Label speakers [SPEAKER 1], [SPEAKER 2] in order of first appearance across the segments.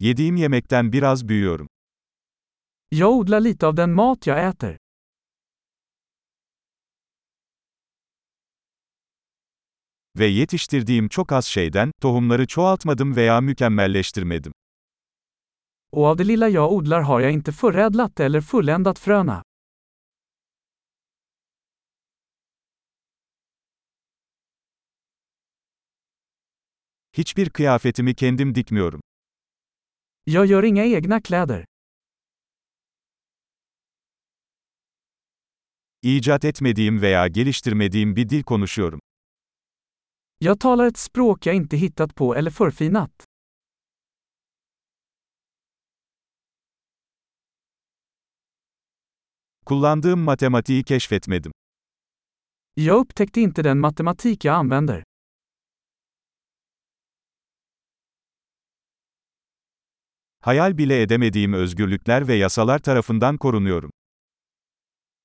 [SPEAKER 1] Yediğim yemekten biraz büyüyorum.
[SPEAKER 2] Jag odlar lite av den mat jag äter.
[SPEAKER 1] Ve yetiştirdiğim çok az şeyden, tohumları çoğaltmadım veya mükemmelleştirmedim.
[SPEAKER 2] Och av det lilla jag odlar har jag inte förädlat eller fulländat fröna.
[SPEAKER 1] Hiçbir kıyafetimi kendim dikmiyorum.
[SPEAKER 2] Jag gör inga egna kläder.
[SPEAKER 1] İcat etmediğim veya geliştirmediğim bir dil konuşuyorum.
[SPEAKER 2] Jag talar ett språk jag inte hittat på eller förfinat.
[SPEAKER 1] Kullandığım matematiği keşfetmedim.
[SPEAKER 2] Jag upptäckte inte den matematik jag använder.
[SPEAKER 1] Hayal bile edemediğim özgürlükler ve yasalar tarafından korunuyorum.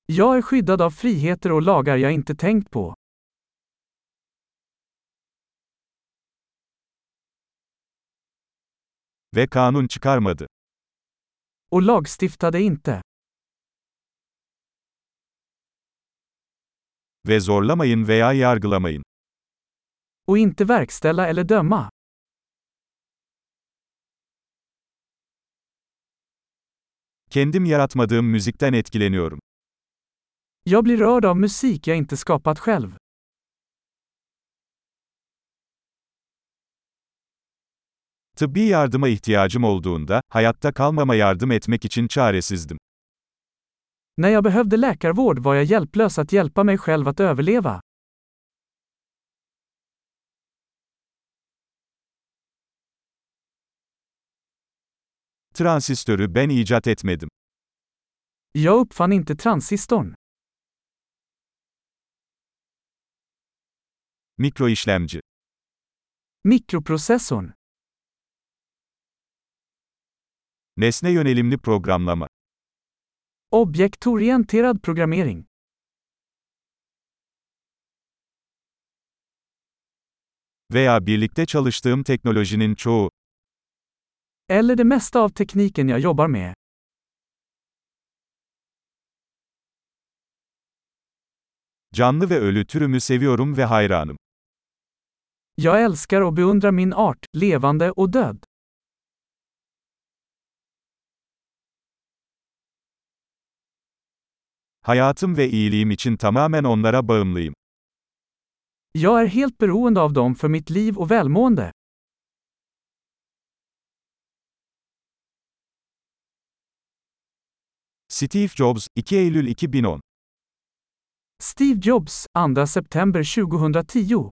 [SPEAKER 2] Jag är skyddad av friheter och lagar jag inte tänkt på.
[SPEAKER 1] Ve kanun çıkarmadı.
[SPEAKER 2] Och lagstiftade inte.
[SPEAKER 1] Ve zorlamayın veya yargılamayın.
[SPEAKER 2] Och inte verkställa eller döma.
[SPEAKER 1] Kendim yaratmadığım müzikten etkileniyorum.
[SPEAKER 2] Jag blir rörd av musik jag inte skapat själv.
[SPEAKER 1] Tıbbi yardıma ihtiyacım olduğunda, hayatta kalmama yardım etmek için çaresizdim.
[SPEAKER 2] När jag behövde läkarvård var jag hjälplös att hjälpa mig själv att överleva.
[SPEAKER 1] Transistörü ben icat etmedim.
[SPEAKER 2] Jag uppfann inte transistorn.
[SPEAKER 1] Mikroişlemci,
[SPEAKER 2] Mikroprocessorn.
[SPEAKER 1] nesne yönelimli programlama,
[SPEAKER 2] Objektorienterad programmering.
[SPEAKER 1] veya birlikte çalıştığım teknolojinin çoğu,
[SPEAKER 2] Eller det mesta av tekniken jag jobbar med.
[SPEAKER 1] canlı ve ölü türümü seviyorum ve hayranım.
[SPEAKER 2] Jag älskar och beundrar min art, levande och död.
[SPEAKER 1] Hayatım ve iyiliğim için tamamen onlara bağımlıyım.
[SPEAKER 2] Jag är helt beroende av dem för mitt liv och välmående.
[SPEAKER 1] Steve Jobs, 2 Eylül 2010
[SPEAKER 2] Steve Jobs, 2 september 2010